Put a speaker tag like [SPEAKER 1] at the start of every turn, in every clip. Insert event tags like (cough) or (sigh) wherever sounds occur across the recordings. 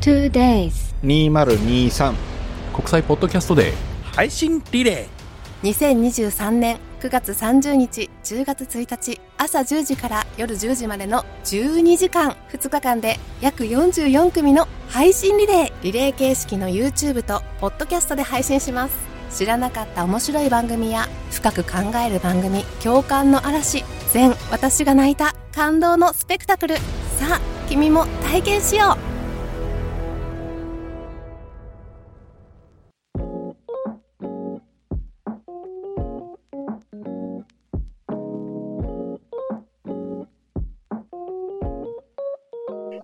[SPEAKER 1] two days
[SPEAKER 2] 2023
[SPEAKER 3] 国際ポッドキャストデー
[SPEAKER 4] 配信リレ
[SPEAKER 5] 2023年9月30日10月1日朝10時から夜10時までの12時間2日間で約44組の配信リレーリレー形式の YouTube とポッドキャストで配信します知らなかった面白い番組や深く考える番組共感の嵐全私が泣いた感動のスペクタクルさあ君も体験しよう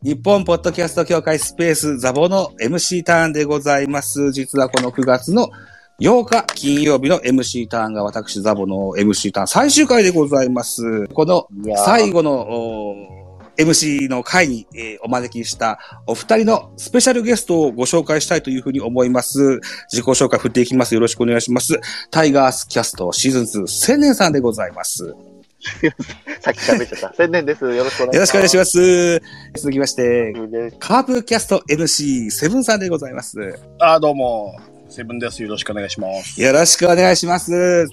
[SPEAKER 6] 日本ポッドキャスト協会スペースザボの MC ターンでございます。実はこの9月の8日金曜日の MC ターンが私ザボの MC ターン最終回でございます。この
[SPEAKER 7] いやー
[SPEAKER 6] 最後のおー MC の回に、えーお招きしたお二人のスペシャルゲストをご紹介したいというふうに思います。自己紹介振っていきます。よろしくお願いします。タイガースキャストシーズン2千年さんでございます。よ
[SPEAKER 7] さっき喋っちゃった。宣伝です。よろしくお願
[SPEAKER 6] ろ
[SPEAKER 7] い
[SPEAKER 6] し
[SPEAKER 7] し
[SPEAKER 6] くお願
[SPEAKER 7] ま
[SPEAKER 6] いし
[SPEAKER 7] す。
[SPEAKER 6] ます。続きまして、
[SPEAKER 7] ろしくお願いし
[SPEAKER 6] カープキャスト MC セブンさんでございます。よ
[SPEAKER 4] ー。あー、どうも。セブンです。よろしくお願いします。
[SPEAKER 6] ろしくお願いします。わ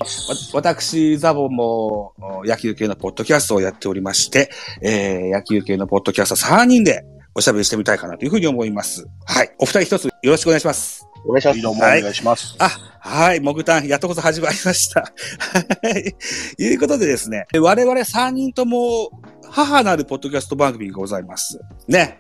[SPEAKER 6] 私、ザボもお野球系のポッドキャストをやっておりまして、えー野球系のポッドキャスト3人でおしゃべりしてみたいかなというふうに思います。はい。お二人一つよろしくお願いします。
[SPEAKER 7] お願いしま
[SPEAKER 4] はい
[SPEAKER 7] す。
[SPEAKER 4] どうもお願いします。
[SPEAKER 6] あ、はい。モグタン、やっとこそ始まりました。はい。いうことでですね、我々3人とも母なるポッドキャスト番組がございます。ね。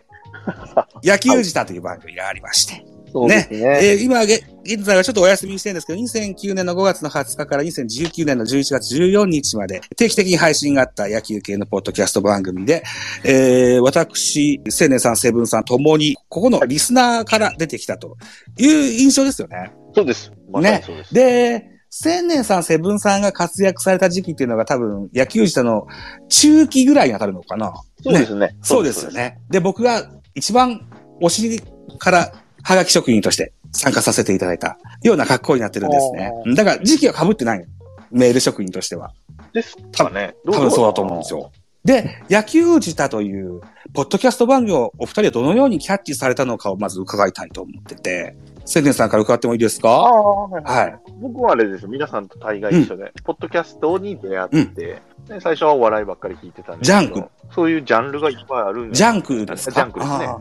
[SPEAKER 6] 野球舌という番組がありまして。
[SPEAKER 7] そうですね。
[SPEAKER 6] えー今げ、現在はちょっとお休みしてるんですけど、2009年の5月の20日から2019年の11月14日まで、定期的に配信があった野球系のポッドキャスト番組で、えー私、青年さん、セブンさんともに、ここのリスナーから出てきたという印象ですよね。
[SPEAKER 7] そうです。まさにそうです。
[SPEAKER 6] で、千年さん、セブンさんが活躍された時期っていうのが多分、野球自体の中期ぐらいに当たるのかな。
[SPEAKER 7] そうですね。
[SPEAKER 6] そうですよ。ね。で、僕が一番お尻からハガキ職人として参加させていただいたような格好になってるんですね。だから時期は被ってないのメール職人としては。
[SPEAKER 7] ですかね。
[SPEAKER 6] 多分そうだと思うんですよ。で、野球舌という、ポッドキャスト番組をお二人はどのようにキャッチされたのかをまず伺いたいと思ってて、千年さんから伺ってもいいです
[SPEAKER 7] あ
[SPEAKER 6] か
[SPEAKER 7] あ、はいはい。
[SPEAKER 6] はい。
[SPEAKER 7] 僕はあれです。皆さんと大概一緒で、ポッドキャストに出会って、
[SPEAKER 6] うん
[SPEAKER 7] で最初はお笑いばっかり聞いてたんですけど
[SPEAKER 6] ジャンク。
[SPEAKER 7] そういうジャンルがいっぱいあるん
[SPEAKER 6] ジャ
[SPEAKER 7] ン
[SPEAKER 6] ンクですか
[SPEAKER 7] ジャンクですね
[SPEAKER 6] あ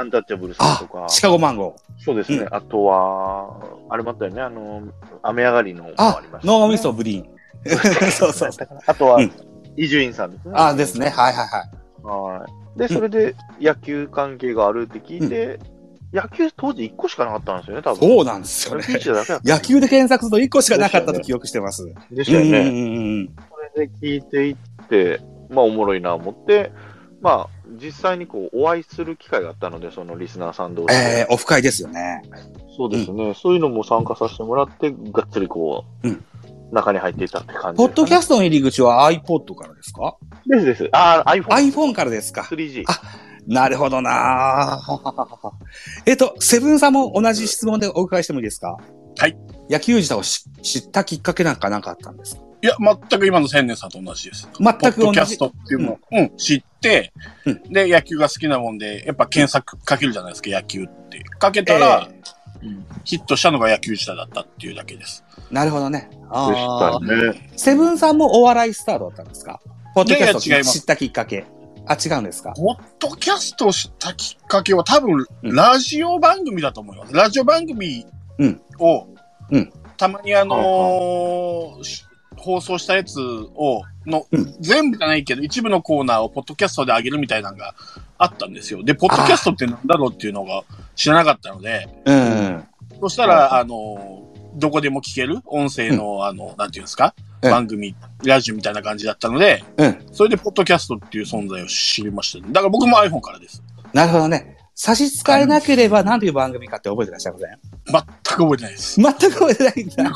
[SPEAKER 7] アンタッチャブルさん
[SPEAKER 6] あ
[SPEAKER 7] とか
[SPEAKER 6] あ、。シカゴマンゴー。
[SPEAKER 7] そうですね。あとは、あれもあったよね。あの、雨上がりのもあ
[SPEAKER 6] あ
[SPEAKER 7] りました、ね。
[SPEAKER 6] ノーミソブリーン。そうそう。 (laughs)
[SPEAKER 7] あとは
[SPEAKER 6] うん、
[SPEAKER 7] 伊集院さんですね。
[SPEAKER 6] あですね。はいはいはい。
[SPEAKER 7] はい。で、それで野球関係があるって聞いて、野球当時1個しかなかったんですよね、多分。
[SPEAKER 6] そうなんですよ
[SPEAKER 7] あれ
[SPEAKER 6] ね (laughs)
[SPEAKER 7] ピ。ッチャーだけだった
[SPEAKER 6] 野球で検索すると1個しかなかったと記憶してます。
[SPEAKER 7] でしたよ
[SPEAKER 6] うんうん
[SPEAKER 7] ね。
[SPEAKER 6] うん
[SPEAKER 7] それで聞いていって、まあ、おもろいな思って、まあ、実際にこう、お会いする機会があったので、そのリスナーさん同士
[SPEAKER 6] え
[SPEAKER 7] で。
[SPEAKER 6] ー、オフ会ですよね。
[SPEAKER 7] そうですね。そういうのも参加させてもらって、がっつりこう、
[SPEAKER 6] うん
[SPEAKER 7] 中に入っていったって感じ
[SPEAKER 6] ポ
[SPEAKER 7] ですかね、
[SPEAKER 6] ッドキャストの入り口は iPod からですか
[SPEAKER 7] ですです。あー、iPhone。
[SPEAKER 6] ?iPhone からですか
[SPEAKER 7] 3G。
[SPEAKER 6] あなるほどな (laughs) ぁえっと、セブンさんも同じ質問でお伺いしてもいいですか
[SPEAKER 4] はい。
[SPEAKER 6] 野球自体を知知ったきっかけなんかなんかあったんですか
[SPEAKER 4] いや、全く今の千年さんと同じです。
[SPEAKER 6] 全く
[SPEAKER 4] ポッ
[SPEAKER 6] 同
[SPEAKER 4] ドキャ
[SPEAKER 6] じ
[SPEAKER 4] ス。トっていうのを、うん、知って、
[SPEAKER 6] うん
[SPEAKER 4] で、野球が好きなもんで、やっぱ検索かけるじゃないですか、野球って。かけたら、うんヒットしたのが野球自体だったっていうだけです。
[SPEAKER 6] なるほどね。
[SPEAKER 7] でした
[SPEAKER 6] あー
[SPEAKER 7] ね。
[SPEAKER 6] セブンさんもお笑いスターだったんですかポッドキャス
[SPEAKER 4] い
[SPEAKER 6] ト
[SPEAKER 4] やいや違
[SPEAKER 6] を
[SPEAKER 4] います
[SPEAKER 6] 知ったきっかけ。あ、違うんですか
[SPEAKER 4] ポッドキャストを知ったきっかけは多分、
[SPEAKER 6] うん
[SPEAKER 4] ラジオ番組だと思います。ラジオ番組
[SPEAKER 6] うん
[SPEAKER 4] を、
[SPEAKER 6] うん
[SPEAKER 4] たまにあのーし放送したやつを、の、
[SPEAKER 6] うん
[SPEAKER 4] 全部じゃないけど、一部のコーナーをポッドキャストで上げるみたいなのがあったんですよ。で、ポッドキャストってなんだろうっていうのが知らなかったので、
[SPEAKER 6] うん。
[SPEAKER 4] そしたら、あの、どこでも聞ける音声の、あの、なんていうんですか、
[SPEAKER 6] うん
[SPEAKER 4] 番組、ラジオみたいな感じだったので、
[SPEAKER 6] うん。
[SPEAKER 4] それで、ポッドキャストっていう存在を知りました、ね。だから僕も iPhone からです。
[SPEAKER 6] なるほどね。差し支えなければ何という番組かって覚えてらっしゃいません
[SPEAKER 4] 全く覚えてないです。
[SPEAKER 6] 全く覚えてないんだ。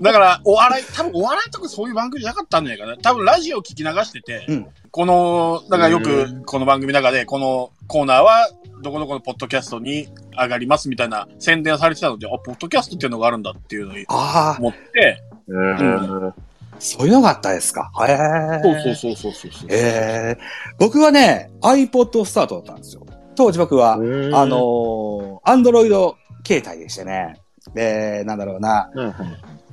[SPEAKER 4] だから、お笑い、多分お笑いとかそういう番組じゃなかったんじゃないかな。多分ラジオ聞き流してて、
[SPEAKER 6] うん
[SPEAKER 4] この、だからよ
[SPEAKER 7] う
[SPEAKER 4] く、この番組の中で、このコーナーは、どこどこのポッドキャストに上がりますみたいな宣伝をされてたので、あ、ポッドキャストっていうのがあるんだっていうのを
[SPEAKER 6] あ
[SPEAKER 4] 思って、
[SPEAKER 7] うん
[SPEAKER 6] あ、そういうのがあったですか。へえ。
[SPEAKER 4] そうそうそうそうそうそう。
[SPEAKER 6] ええ僕はね、iPod スタートだったんですよ。当時僕
[SPEAKER 7] あ
[SPEAKER 6] は、あ、のー、アンドロイド携帯でしてね。で、なんだろうな。
[SPEAKER 7] うんうん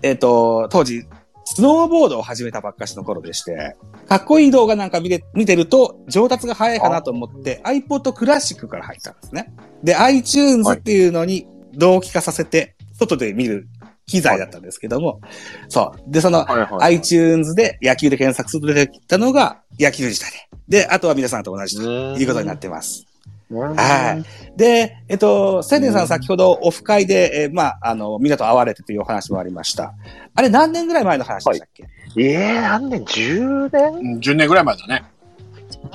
[SPEAKER 6] えっ、と、当時、スノーボードを始めたばっかしの頃でして、かっこいい動画なんか見て見てると、上達が早いかなと思って、iPod クラシックから入ったんですね。で、iTunes っていうのに同期化させて、外で見る機材だったんですけども、そう。で、そ
[SPEAKER 7] は
[SPEAKER 6] の、
[SPEAKER 7] いはいはい
[SPEAKER 6] iTunes で野球で検索すると出てきたのが野球自体で。で、あとは皆さんと同じということになってます。はい。で、えっと、千年さん先ほどオフ会で、えーまあ、あの、みんなと会われてというお話もありました。あれ何年ぐらい前の話でしたっけ、
[SPEAKER 7] い。ええ何年 ?10
[SPEAKER 4] う
[SPEAKER 7] 年
[SPEAKER 4] ん10年ぐらい前だね。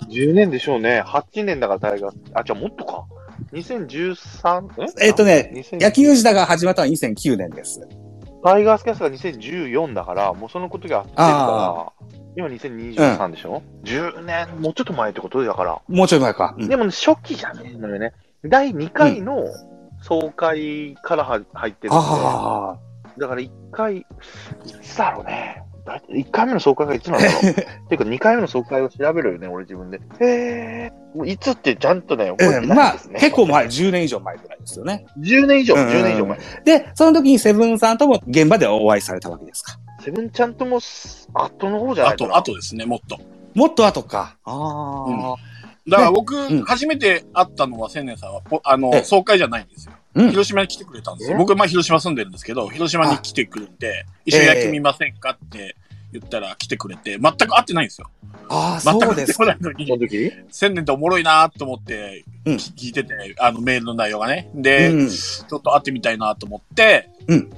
[SPEAKER 7] ?10 年でしょうね。8年だから大学。あ、じゃあもっとか。2013?
[SPEAKER 6] えっとね
[SPEAKER 7] 2010
[SPEAKER 6] 野球自体が始まったのは2009年です。
[SPEAKER 7] タイガースキャスが2014だから、もうその時は合ってるから、今2023でしょ、?10 年、もうちょっと前ってことだから。
[SPEAKER 6] もうちょい前か。うん
[SPEAKER 7] でもね、初期じゃねえのよね。第2回の総会からは入ってるんで、
[SPEAKER 6] あ
[SPEAKER 7] だから1回、いつだろうね。だ1回目の総会がいつ (laughs) なんだろう。っていうか2回目の総会を調べるよね、俺自分で。へえ。もういつってちゃんとね、
[SPEAKER 6] あ、
[SPEAKER 7] 覚え
[SPEAKER 6] う
[SPEAKER 7] て
[SPEAKER 6] ん
[SPEAKER 7] ない
[SPEAKER 6] ま
[SPEAKER 7] で
[SPEAKER 6] あ
[SPEAKER 7] すね。、
[SPEAKER 6] 結構前、10年以上前ぐらいですよね。
[SPEAKER 7] 10年以上、
[SPEAKER 6] うん
[SPEAKER 7] 10年以上前。
[SPEAKER 6] で、その時にセブンさんとも現場でお会いされたわけですか。
[SPEAKER 7] セブンちゃんとも後の方じゃな
[SPEAKER 4] あ
[SPEAKER 7] いかな
[SPEAKER 4] と、あとですね、もっと。
[SPEAKER 6] もっと後か。ああ、
[SPEAKER 4] だから僕、
[SPEAKER 6] うん
[SPEAKER 4] 初めて会ったのは千年さんは、ぽあ
[SPEAKER 6] え
[SPEAKER 4] の、
[SPEAKER 6] え
[SPEAKER 4] 総会じゃないんですよ。
[SPEAKER 6] うん
[SPEAKER 4] 広島に来てくれたんですよ。
[SPEAKER 7] え
[SPEAKER 4] 僕、まあ広島住んでるんですけど、広島に来てくれて、一緒に野球見ませんかって言ったら来てくれて、全く会ってないんですよ。
[SPEAKER 6] ああ、
[SPEAKER 4] 全く
[SPEAKER 6] そう
[SPEAKER 4] 会っ
[SPEAKER 6] で
[SPEAKER 4] て
[SPEAKER 6] す
[SPEAKER 4] こ
[SPEAKER 6] か。
[SPEAKER 4] ないの
[SPEAKER 7] その
[SPEAKER 4] に、
[SPEAKER 7] 時
[SPEAKER 4] 千年っておもろいなと思って、
[SPEAKER 6] うん
[SPEAKER 4] 聞いてて、あのメールの内容がね。
[SPEAKER 6] う
[SPEAKER 4] で、
[SPEAKER 6] ん、
[SPEAKER 4] ちょっと会ってみたいなと思って、
[SPEAKER 6] うん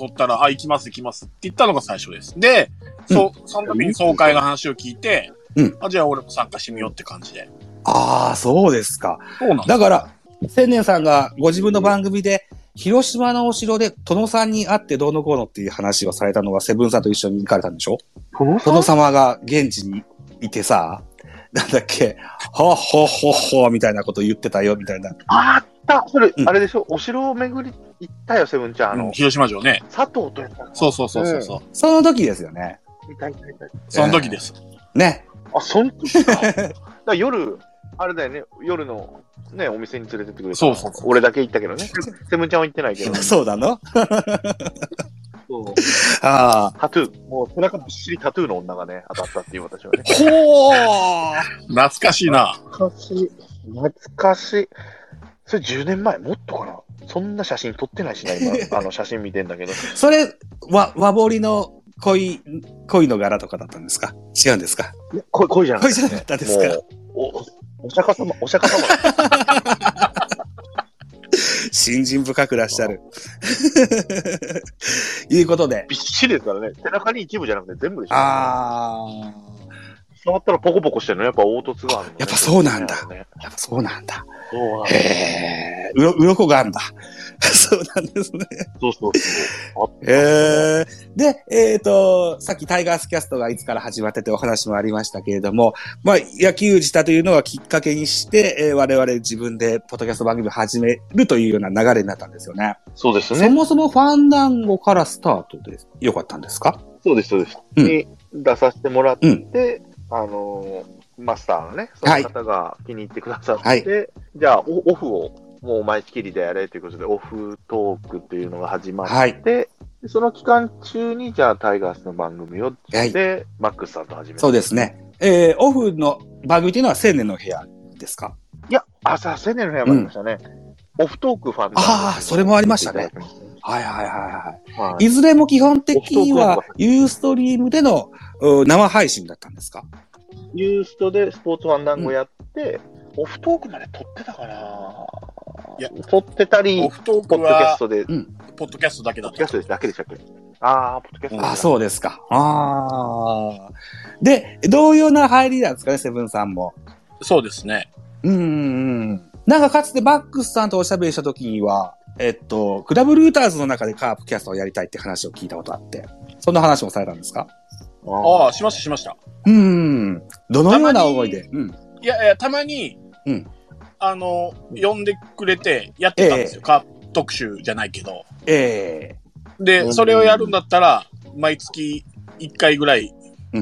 [SPEAKER 4] 誘ったら、あ、行きます行きますって言ったのが最初です。で、そ、うその時に総会の話を聞いて、
[SPEAKER 6] うん
[SPEAKER 4] あ、じゃあ俺も参加してみようって感じで。
[SPEAKER 6] ああ、そうですか。
[SPEAKER 4] そうなんです
[SPEAKER 6] だから、千年さんがご自分の番組で、広島のお城で殿さんに会ってどうのこうのっていう話をされたのがセブンさんと一緒に行かれたんでしょ
[SPEAKER 7] 殿
[SPEAKER 6] 殿様が現地にいてさ、なんだっけ、ほうほうほうほうみたいなこと言ってたよみたいな。
[SPEAKER 7] あったそれ、
[SPEAKER 6] うん
[SPEAKER 7] あれでしょお城を巡り行ったよ、セブンちゃん。あの、
[SPEAKER 4] 広島城ね。
[SPEAKER 7] 佐藤とやったの
[SPEAKER 4] そうそうそうそう。う
[SPEAKER 6] その時ですよね。
[SPEAKER 7] いたいたいた。
[SPEAKER 4] その時です。
[SPEAKER 6] ね。
[SPEAKER 7] あ、そん時か。だから夜、あれだよね、夜の、ね、お店に連れてってくれたの
[SPEAKER 4] そうそうそう
[SPEAKER 7] 俺だけ行ったけどね。セブンちゃんは行ってないけど。
[SPEAKER 6] そうなの
[SPEAKER 7] そう
[SPEAKER 6] ああ。
[SPEAKER 7] タトゥー。もう背中びっしりタトゥーの女がね、当たったっていう私はね。
[SPEAKER 6] ほう
[SPEAKER 4] 懐かしいな。
[SPEAKER 7] 懐かしい。懐かしい。それ10年前もっとかなそんな写真撮ってないしな、
[SPEAKER 6] (laughs)
[SPEAKER 7] 今。あの写真見てんだけど。
[SPEAKER 6] それ、わ、和彫りの恋、恋の柄とかだったんですか違うんですか
[SPEAKER 7] こ恋じゃない
[SPEAKER 6] 恋じゃなかったですか
[SPEAKER 7] もう、お、お釈迦様、お釈迦様。
[SPEAKER 6] 新人深くらっしゃる。 (laughs) いうことで。
[SPEAKER 7] びっしりですからね。背中に一部じゃなくて全部でしょ。
[SPEAKER 6] あ
[SPEAKER 7] 触ったらポコポコしてるの。やっぱ凹凸があるのね、
[SPEAKER 6] やっぱそうなんだ
[SPEAKER 7] ね
[SPEAKER 6] あ、やっぱそうなんだ。
[SPEAKER 7] そうなんだ。
[SPEAKER 6] へえ、うろ、うろこがあるんだ。 (laughs) そうなんですね。
[SPEAKER 7] そうそうそう。あ
[SPEAKER 6] へえ。で、えっ、と、さっきタイガースキャストがいつから始まっててお話もありましたけれども、まあ、野球自体というのはきっかけにして、えー我々自分でポッドキャスト番組を始めるというような流れになったんですよね。
[SPEAKER 7] そうです
[SPEAKER 6] そ
[SPEAKER 7] ね。
[SPEAKER 6] もそもファンダンゴからスタートでよかったんですか
[SPEAKER 7] そうです、そうです。
[SPEAKER 6] うん
[SPEAKER 7] に出させてもらっ
[SPEAKER 6] う
[SPEAKER 7] て、あのーマスターのね、その方が気に入ってくださって、
[SPEAKER 6] はい
[SPEAKER 7] じゃあオ、オフを、もう毎月りでやれということで、オフトークっていうのが始まって、
[SPEAKER 6] はい
[SPEAKER 7] でその期間中に、じゃあ、タイガースの番組を、
[SPEAKER 6] はい
[SPEAKER 7] で、マックスさんと始めた
[SPEAKER 6] そうですね。えーオフの番組というのは青年の部屋ですか
[SPEAKER 7] いや、朝、青年の部屋もありましたね。オフトークファンダンゴ
[SPEAKER 6] ああそれもありましたね
[SPEAKER 7] やっていただきまし
[SPEAKER 6] はいはいはいは
[SPEAKER 7] たはい
[SPEAKER 6] い。いずれも基本的には
[SPEAKER 7] オフトーク、
[SPEAKER 6] ユーストリームでのうん生配信だったんですか
[SPEAKER 7] ユーストでスポーツファンダンゴやって、オフトークまで撮ってたかない
[SPEAKER 4] や
[SPEAKER 7] 撮ってたり
[SPEAKER 4] オ、フトー
[SPEAKER 7] ポ
[SPEAKER 4] ク
[SPEAKER 7] ッドキャ
[SPEAKER 4] は
[SPEAKER 7] ス、トで、
[SPEAKER 4] ポッドキャストだけだ
[SPEAKER 7] ポッ
[SPEAKER 4] っ
[SPEAKER 7] ドキャ
[SPEAKER 4] た
[SPEAKER 7] ス。トでだけでしたっけああ、ポッドキャスト
[SPEAKER 6] あ、そうですか。ああ。で、同様な入りなんですかね、セブンさんも。
[SPEAKER 4] そうですね。
[SPEAKER 6] うんうんうん。なんかかつてバックスさんとおしゃべりした時には、えっと、クラブルーターズの中でカープキャストをやりたいって話を聞いたことあって、そんな話もされたんですか
[SPEAKER 4] ああ、しましたしました。
[SPEAKER 6] うんうんうん。どのような思いで。うん。
[SPEAKER 4] いやいや、たまに、
[SPEAKER 6] うん
[SPEAKER 4] あの、呼んでくれてやってたんですよ。カープ特集じゃないけど。
[SPEAKER 6] ええ
[SPEAKER 4] で、それをやるんだったら、毎月1回ぐらい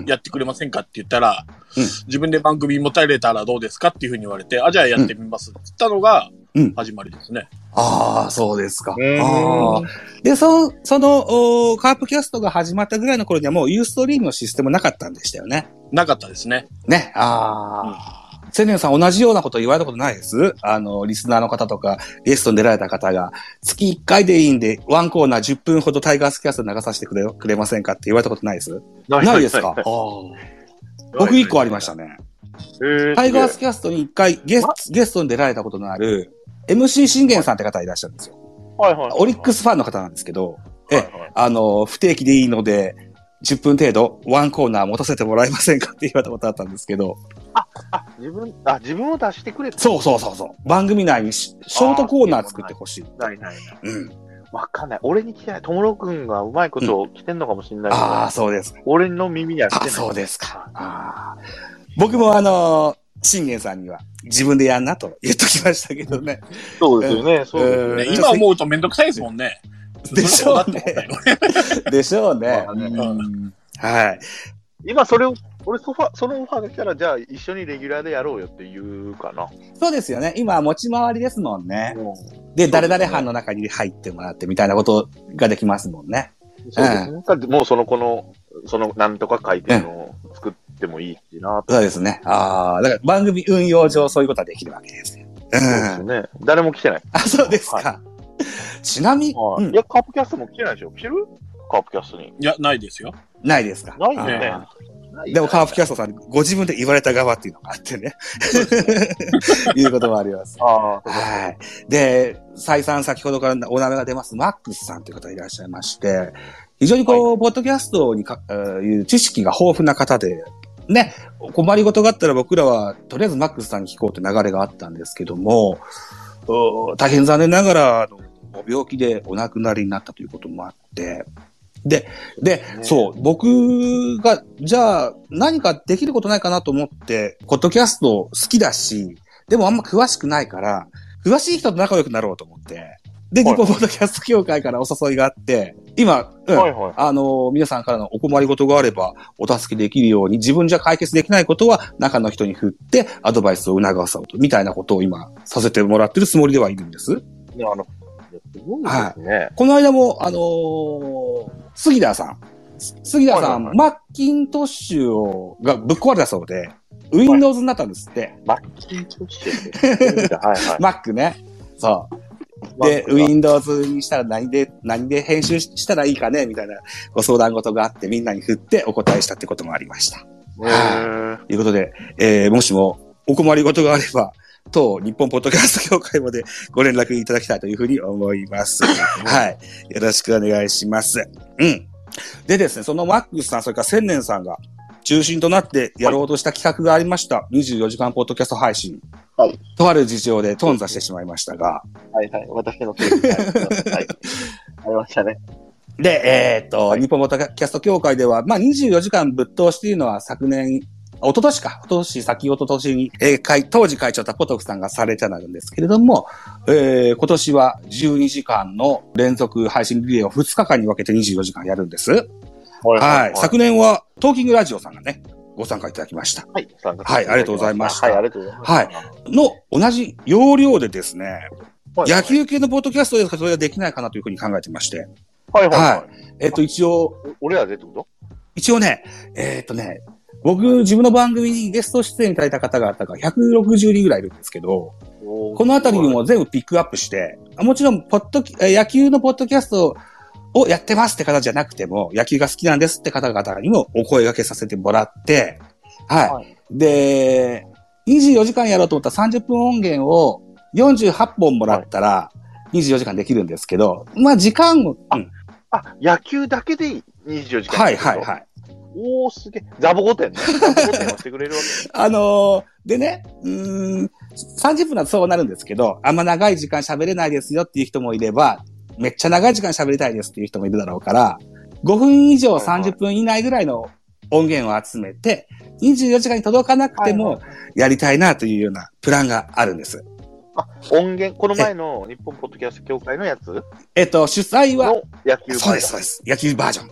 [SPEAKER 4] やってくれませんかって言ったら、
[SPEAKER 6] うん
[SPEAKER 4] 自分で番組持たれたらどうですかっていうふうに言われて、あ、じゃあやってみますって言ったのが
[SPEAKER 6] うん、
[SPEAKER 4] 始まりですね。
[SPEAKER 6] ああ、そうですか。
[SPEAKER 7] うん
[SPEAKER 6] あーで、その、その、おーカープキャストが始まったぐらいの頃にはもうユーストリームのシステムなかったんでしたよね。
[SPEAKER 4] なかったですね。
[SPEAKER 6] ね。ああ。千年さん同じようなこと言われたことないですあの、リスナーの方とか、ゲストに出られた方が、月1回でいいんで、ワンコーナー10分ほどタイガースキャスト流させてくれよ、くれませんかって言われたことないですないですかああ。僕1個ありましたね。タイガースキャストに1回ゲスゲストに出られたことのある、MC 信玄さんって方いらっしゃるんですよ。
[SPEAKER 7] はいはい。
[SPEAKER 6] オリック
[SPEAKER 7] ス。
[SPEAKER 6] スファンの方なんですけど、
[SPEAKER 7] は
[SPEAKER 6] え
[SPEAKER 7] い
[SPEAKER 6] え、あの、不定期でいいので、10分程度、ワンコーナー持たせてもらえませんかって言われたことあったんですけど、
[SPEAKER 7] あ、自分、あ、自分を出してくれ
[SPEAKER 6] そうそうそうそう。番組内にしショートコーナー作ってほしい。
[SPEAKER 7] ないないない。
[SPEAKER 6] うん。
[SPEAKER 7] わかんない。俺に来てない。ともろくんがうまいことを来てんのかもしれないけど、
[SPEAKER 6] ああ、そうですか。
[SPEAKER 7] 俺の耳には来てな
[SPEAKER 6] あ
[SPEAKER 7] い。
[SPEAKER 6] そうですか。あー僕もあのー、信玄さんには自分でやんなと言っときましたけど (laughs) ね。
[SPEAKER 7] そうですよね。そうですよね
[SPEAKER 6] うん
[SPEAKER 4] ね今思うとめんどくさいですもんね。
[SPEAKER 6] でしょうね
[SPEAKER 4] そんなことだって思った
[SPEAKER 6] でしょうね。
[SPEAKER 4] ようん
[SPEAKER 6] はい。
[SPEAKER 7] 今それを、俺ソファ、そのオファーが来たら、じゃあ一緒にレギュラーでやろうよって言うかな。
[SPEAKER 6] そうですよね。今は持ち回りですもんね。
[SPEAKER 7] うん
[SPEAKER 6] で、誰々班の中に入ってもらってみたいなことができますもんね。
[SPEAKER 7] そうですね。だってもうその子の、そのなんとか書いてるのを作ってもいいしな、
[SPEAKER 6] そうですね。ああ、だから番組運用上そういうことはできるわけですね。う
[SPEAKER 7] そうです
[SPEAKER 6] ん。
[SPEAKER 7] ね。誰も来てない。
[SPEAKER 6] あ、そうですか。ちなみに、
[SPEAKER 7] はい
[SPEAKER 6] うん
[SPEAKER 7] いや、カープキャストも来てないでしょ来てるカープキャストに。
[SPEAKER 4] いや、ないですよ。
[SPEAKER 6] ないですか。
[SPEAKER 7] ないよね
[SPEAKER 6] あ。
[SPEAKER 7] な
[SPEAKER 6] ー
[SPEAKER 7] い
[SPEAKER 6] でもカープキャストさん、ご自分で言われた側っていうのがあってね。 (laughs) いうこともあります。
[SPEAKER 7] ああ、
[SPEAKER 6] はい。で、再三先ほどからお名前が出ます、マックスさんという方がいらっしゃいまして、非常にこう、ポッドキャストにか、えーいう知識が豊富な方で、ね、困りごとがあったら僕らは、とりあえずマックスさんに聞こうって流れがあったんですけども、お大変残念ながら、あのご病気でお亡くなりになったということもあって、で、で、そう、僕が、じゃあ、何かできることないかなと思って、ポッドキャスト好きだし、でもあんま詳しくないから、詳しい人と仲良くなろうと思って、で、
[SPEAKER 7] はい
[SPEAKER 6] 日本ポッドキャスト協会からお誘いがあって、今、うん、
[SPEAKER 7] はいはい。
[SPEAKER 6] あのー皆さんからのお困りごとがあれば、お助けできるように、自分じゃ解決できないことは、中の人に振って、アドバイスを促そうと、みたいなことを今、させてもらってるつもりではいるんです。
[SPEAKER 7] いやあの、いやすごいですね。
[SPEAKER 6] この間も、あのー杉田さん。す杉田さん、
[SPEAKER 7] はいはいはい
[SPEAKER 6] マッキントッシュを、がぶっ壊れたそうで、Windows になったんですって、
[SPEAKER 7] マッキントッシュで。はいは
[SPEAKER 6] Mac ね。そう。
[SPEAKER 7] い。
[SPEAKER 6] で、Windows にしたら何で、何で編集したらいいかねみたいなご相談事があって、みんなに振ってお答えしたってこともあ (laughs) りました。
[SPEAKER 7] へー
[SPEAKER 6] ということで、えーもしもお困りごとがあれば、当日本ポッドキャスト協会までご連絡いただきたいというふうに思います。はい。よろしくお願いします。うん。でですね、そのマックスさん、それから千年さんが中心となってやろうとした企画がありました。24時間ポッドキャスト配信。
[SPEAKER 7] はい。
[SPEAKER 6] とある事情で頓挫してしまいましたが。
[SPEAKER 7] はいはい。私のせいですはい。はいありましたね。
[SPEAKER 6] で、えーっと、日本ポッドキャスト協会では、まあ、24時間ぶっ通しというのは昨年、一昨年か、一昨年、先一昨年に、えー会当時会長だったポトフさんがされてたんですけれども、えー今年は12時間の連続配信リレーを2日間に分けて24時間やるんです。はい。
[SPEAKER 7] は
[SPEAKER 6] 昨年は、トーキングラジオさんがね、ご参加いただきました。
[SPEAKER 7] はい、参加
[SPEAKER 6] はいありがとうございました
[SPEAKER 7] はい、ありがとうございます。
[SPEAKER 6] はいの、同じ要領でですね、
[SPEAKER 7] はい
[SPEAKER 6] 野球系のポッドキャストですからそれはできないかなというふうに考えてまして、
[SPEAKER 7] はいはいは
[SPEAKER 6] えーっ、と、一応、
[SPEAKER 7] い。お俺らでってこと
[SPEAKER 6] 一応ね、えーっとね、僕、自分の番組にゲスト出演いただいた方がだから160人ぐらいいるんですけど、こ
[SPEAKER 7] こ
[SPEAKER 6] のあたりも全部ピックアップして、もちろん、ポッドキ、えー野球のポッドキャストをやってますって方じゃなくても、野球が好きなんですって方々にもお声掛けさせてもらって、はい。
[SPEAKER 7] はい
[SPEAKER 6] で、24時間やろうと思ったら30分音源を48本もらったら、24時間できるんですけど、まあ時間を、うん
[SPEAKER 7] あ、野球だけでいい ?24 時間。
[SPEAKER 6] はいはいはい。
[SPEAKER 7] おー、すげえ。ザボ御殿ね。ザボ御殿をしてくれるわけ。
[SPEAKER 6] あのーでね、うーん、30分だとそうなるんですけど、あんま長い時間喋れないですよっていう人もいれば、めっちゃ長い時間喋りたいですっていう人もいるだろうから、5分以上
[SPEAKER 7] はいはい
[SPEAKER 6] 30分以内ぐらいの音源を集めて、24時間に届かなくて
[SPEAKER 7] はい
[SPEAKER 6] もやりたいなというようなプランがあるんです。
[SPEAKER 7] 音源、この前の日本ポッドキャスト協会のやつの
[SPEAKER 6] えっと、主催は、
[SPEAKER 7] 野球
[SPEAKER 6] そうです、そうです。野球バージョン。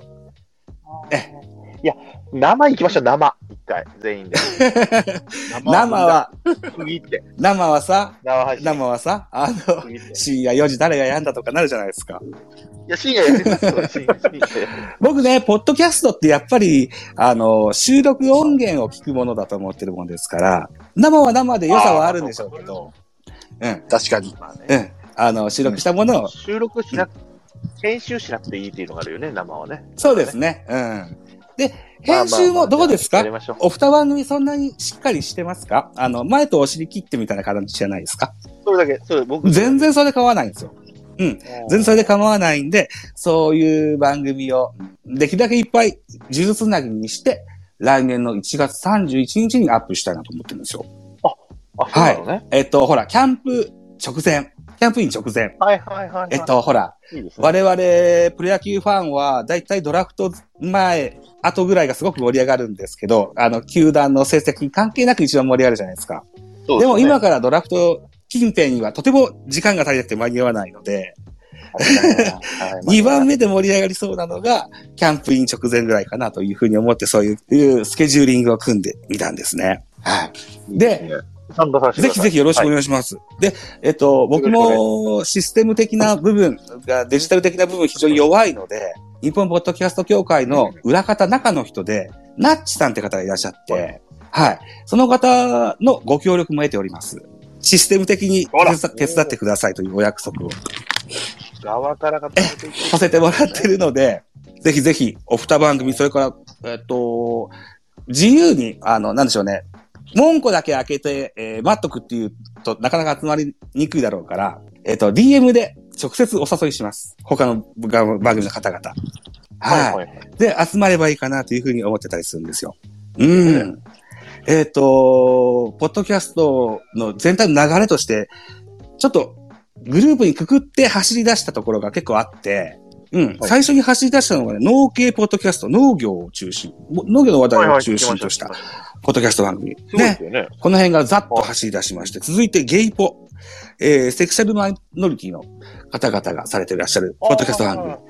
[SPEAKER 6] え、
[SPEAKER 7] 生行きましょう、生。一回、全
[SPEAKER 6] (laughs)
[SPEAKER 7] 員で。
[SPEAKER 6] 生は、
[SPEAKER 7] 次って。
[SPEAKER 6] 生はさ、
[SPEAKER 7] 生配信。
[SPEAKER 6] 生はさ、あの、
[SPEAKER 7] 次って。
[SPEAKER 6] 深夜4時誰がやんだとかなるじゃないですか。
[SPEAKER 7] いや、深夜やってますよ深夜深夜
[SPEAKER 6] 僕ね、ポッドキャストってやっぱり、あの、収録音源を聞くものだと思ってるもんですから、生は生で良さはあるんでしょうけど、
[SPEAKER 4] 確かに。
[SPEAKER 7] まあね
[SPEAKER 6] うん。あの、収録したものを、
[SPEAKER 7] 収録しなく、編集しなくていいっていうのがあるよね、生はね。
[SPEAKER 6] そうですね。うん。で、編集
[SPEAKER 7] まあまあまあ
[SPEAKER 6] もどうです
[SPEAKER 7] や
[SPEAKER 6] か
[SPEAKER 7] りましょう。
[SPEAKER 6] お二番組そんなにしっかりしてますかあの、前とお尻切ってみたいな感じじゃないですか
[SPEAKER 7] それだけ、それ僕。
[SPEAKER 6] 全然それで構わないんですよ。全然それで構わないんで、そういう番組を、できるだけいっぱい、呪術つなぎにして、来年の1月31日にアップしたいなと思ってるんですよ。
[SPEAKER 7] あ、そうなのね。
[SPEAKER 6] えっと、ほら、キャンプ直前。キャンプイン直前。
[SPEAKER 7] はいはいはいはい。
[SPEAKER 6] えっと、ほら、
[SPEAKER 7] いい (laughs) ですね、
[SPEAKER 6] 我々、プロ野球ファンは、だいたいドラフト前、後ぐらいがすごく盛り上がるんですけど、あの、球団の成績に関係なく一番盛り上がるじゃないですか。
[SPEAKER 7] そう
[SPEAKER 6] でも今
[SPEAKER 7] か
[SPEAKER 6] からドラフト近辺にはとても時間が足りなくて間に合わないので、2番目で盛り上がりそうなのが、キャンプイン直前ぐらいかなというふうに思って、そういういうスケジューリングを組んでみたんですね。はい。で、
[SPEAKER 7] 参加させ
[SPEAKER 6] ぜ
[SPEAKER 7] て
[SPEAKER 6] ひぜひよろしくお願いします。で、えっと、僕もシステム的な部分が、デジタル的な部分非常に弱いので、日本ポッドキャスト協会の裏方中の人で、ナッチさんって方がいらっしゃって、はい。その方のご協力も得ております。システム的に
[SPEAKER 7] ほら
[SPEAKER 6] 手伝手伝ってくださいというお約束を
[SPEAKER 7] ひ。側からが食べていく
[SPEAKER 6] させてもらってるので、ぜひぜひ、お二番組、それから、えっと、自由に、あの、なんでしょうね、門戸だけ開けて、えー待っとくっていうと、なかなか集まりにくいだろうから、えっと、DM で直接お誘いします。他のが番組の方々。は
[SPEAKER 7] は
[SPEAKER 6] い。
[SPEAKER 7] いはい。
[SPEAKER 6] で、集まればいいかなというふうに思ってたりするんですよ。うん。えっ、と、ポッドキャストの全体の流れとして、ちょっとグループにくくって走り出したところが結構あって、うん。
[SPEAKER 7] はい
[SPEAKER 6] 最初に走り出したのがね、農系ポッドキャスト、農業を中心、も農業の話
[SPEAKER 7] はい
[SPEAKER 6] 題
[SPEAKER 7] は
[SPEAKER 6] を
[SPEAKER 7] い
[SPEAKER 6] 中心としたポッドキャスト番組。
[SPEAKER 7] そうで
[SPEAKER 6] ね
[SPEAKER 7] す。よね。
[SPEAKER 6] この辺がざっと走り出しまして、続いてゲイポ、えー、セクシャルマイノリティの方々がされていらっしゃるポッドキャスト番組。
[SPEAKER 7] 組。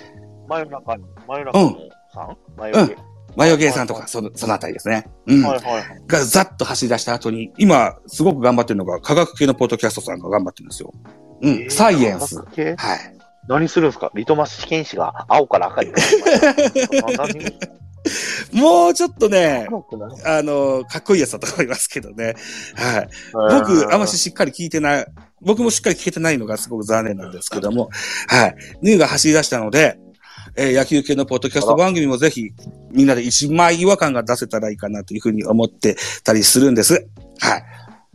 [SPEAKER 7] 真夜中に、真夜中のさん真夜中。
[SPEAKER 6] マヨゲーさんとか、その、そのあたりですね。うん。
[SPEAKER 7] はいはいはい。
[SPEAKER 6] がざっと走り出した後に、今、すごく頑張ってるのが、科学系のポッドキャストさんが頑張ってるんですよ。う
[SPEAKER 7] え
[SPEAKER 6] ん
[SPEAKER 7] ー。
[SPEAKER 6] サイエンス。
[SPEAKER 7] 科学系
[SPEAKER 6] はい。
[SPEAKER 7] 何するんですかリトマス試験紙が青から赤
[SPEAKER 6] (laughs)
[SPEAKER 7] に変わる。何
[SPEAKER 6] もうちょっとね、
[SPEAKER 7] 黒くない
[SPEAKER 6] あの、かっこいいやつだと思いますけどね。はい。僕、あまししっかり聞いてない、僕もしっかり聞けてないのがすごく残念なんですけども、はい。ニューが走り出したので、えー野球系のポッドキャスト番組もぜひ、みんなで一枚違和感が出せたらいいかなというふうに思ってたりするんです。は
[SPEAKER 7] や
[SPEAKER 6] い。
[SPEAKER 7] り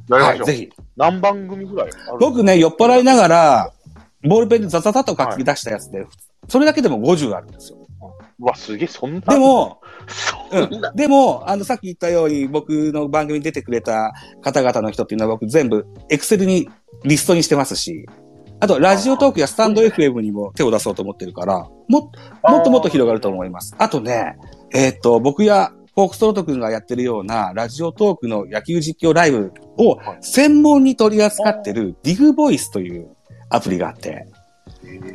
[SPEAKER 7] ま
[SPEAKER 6] は
[SPEAKER 7] し
[SPEAKER 6] い。
[SPEAKER 7] ょう
[SPEAKER 6] ぜひ、
[SPEAKER 7] 何番組ぐらいある
[SPEAKER 6] 僕ね、酔っ払いながら、ボールペンでザザザと書き出したやつで、それだけでも50あるんですよ。
[SPEAKER 7] うわ、すげえ、そんな。
[SPEAKER 6] で、も、
[SPEAKER 7] そ
[SPEAKER 6] うん
[SPEAKER 7] んな。
[SPEAKER 6] でも、あの、さっき言ったように、僕の番組に出てくれた方々の人っていうのは僕全部、エクセルにリストにしてますし、あと、ラジオトークやスタンド FM にも手を出そうと思ってるから、も、もっともっと広がると思います。あとね、えっ、と、僕や、フォークストロート君がやってるような、ラジオトークの野球実況ライブを専門に取り扱ってる、ディグボイスというアプリがあって、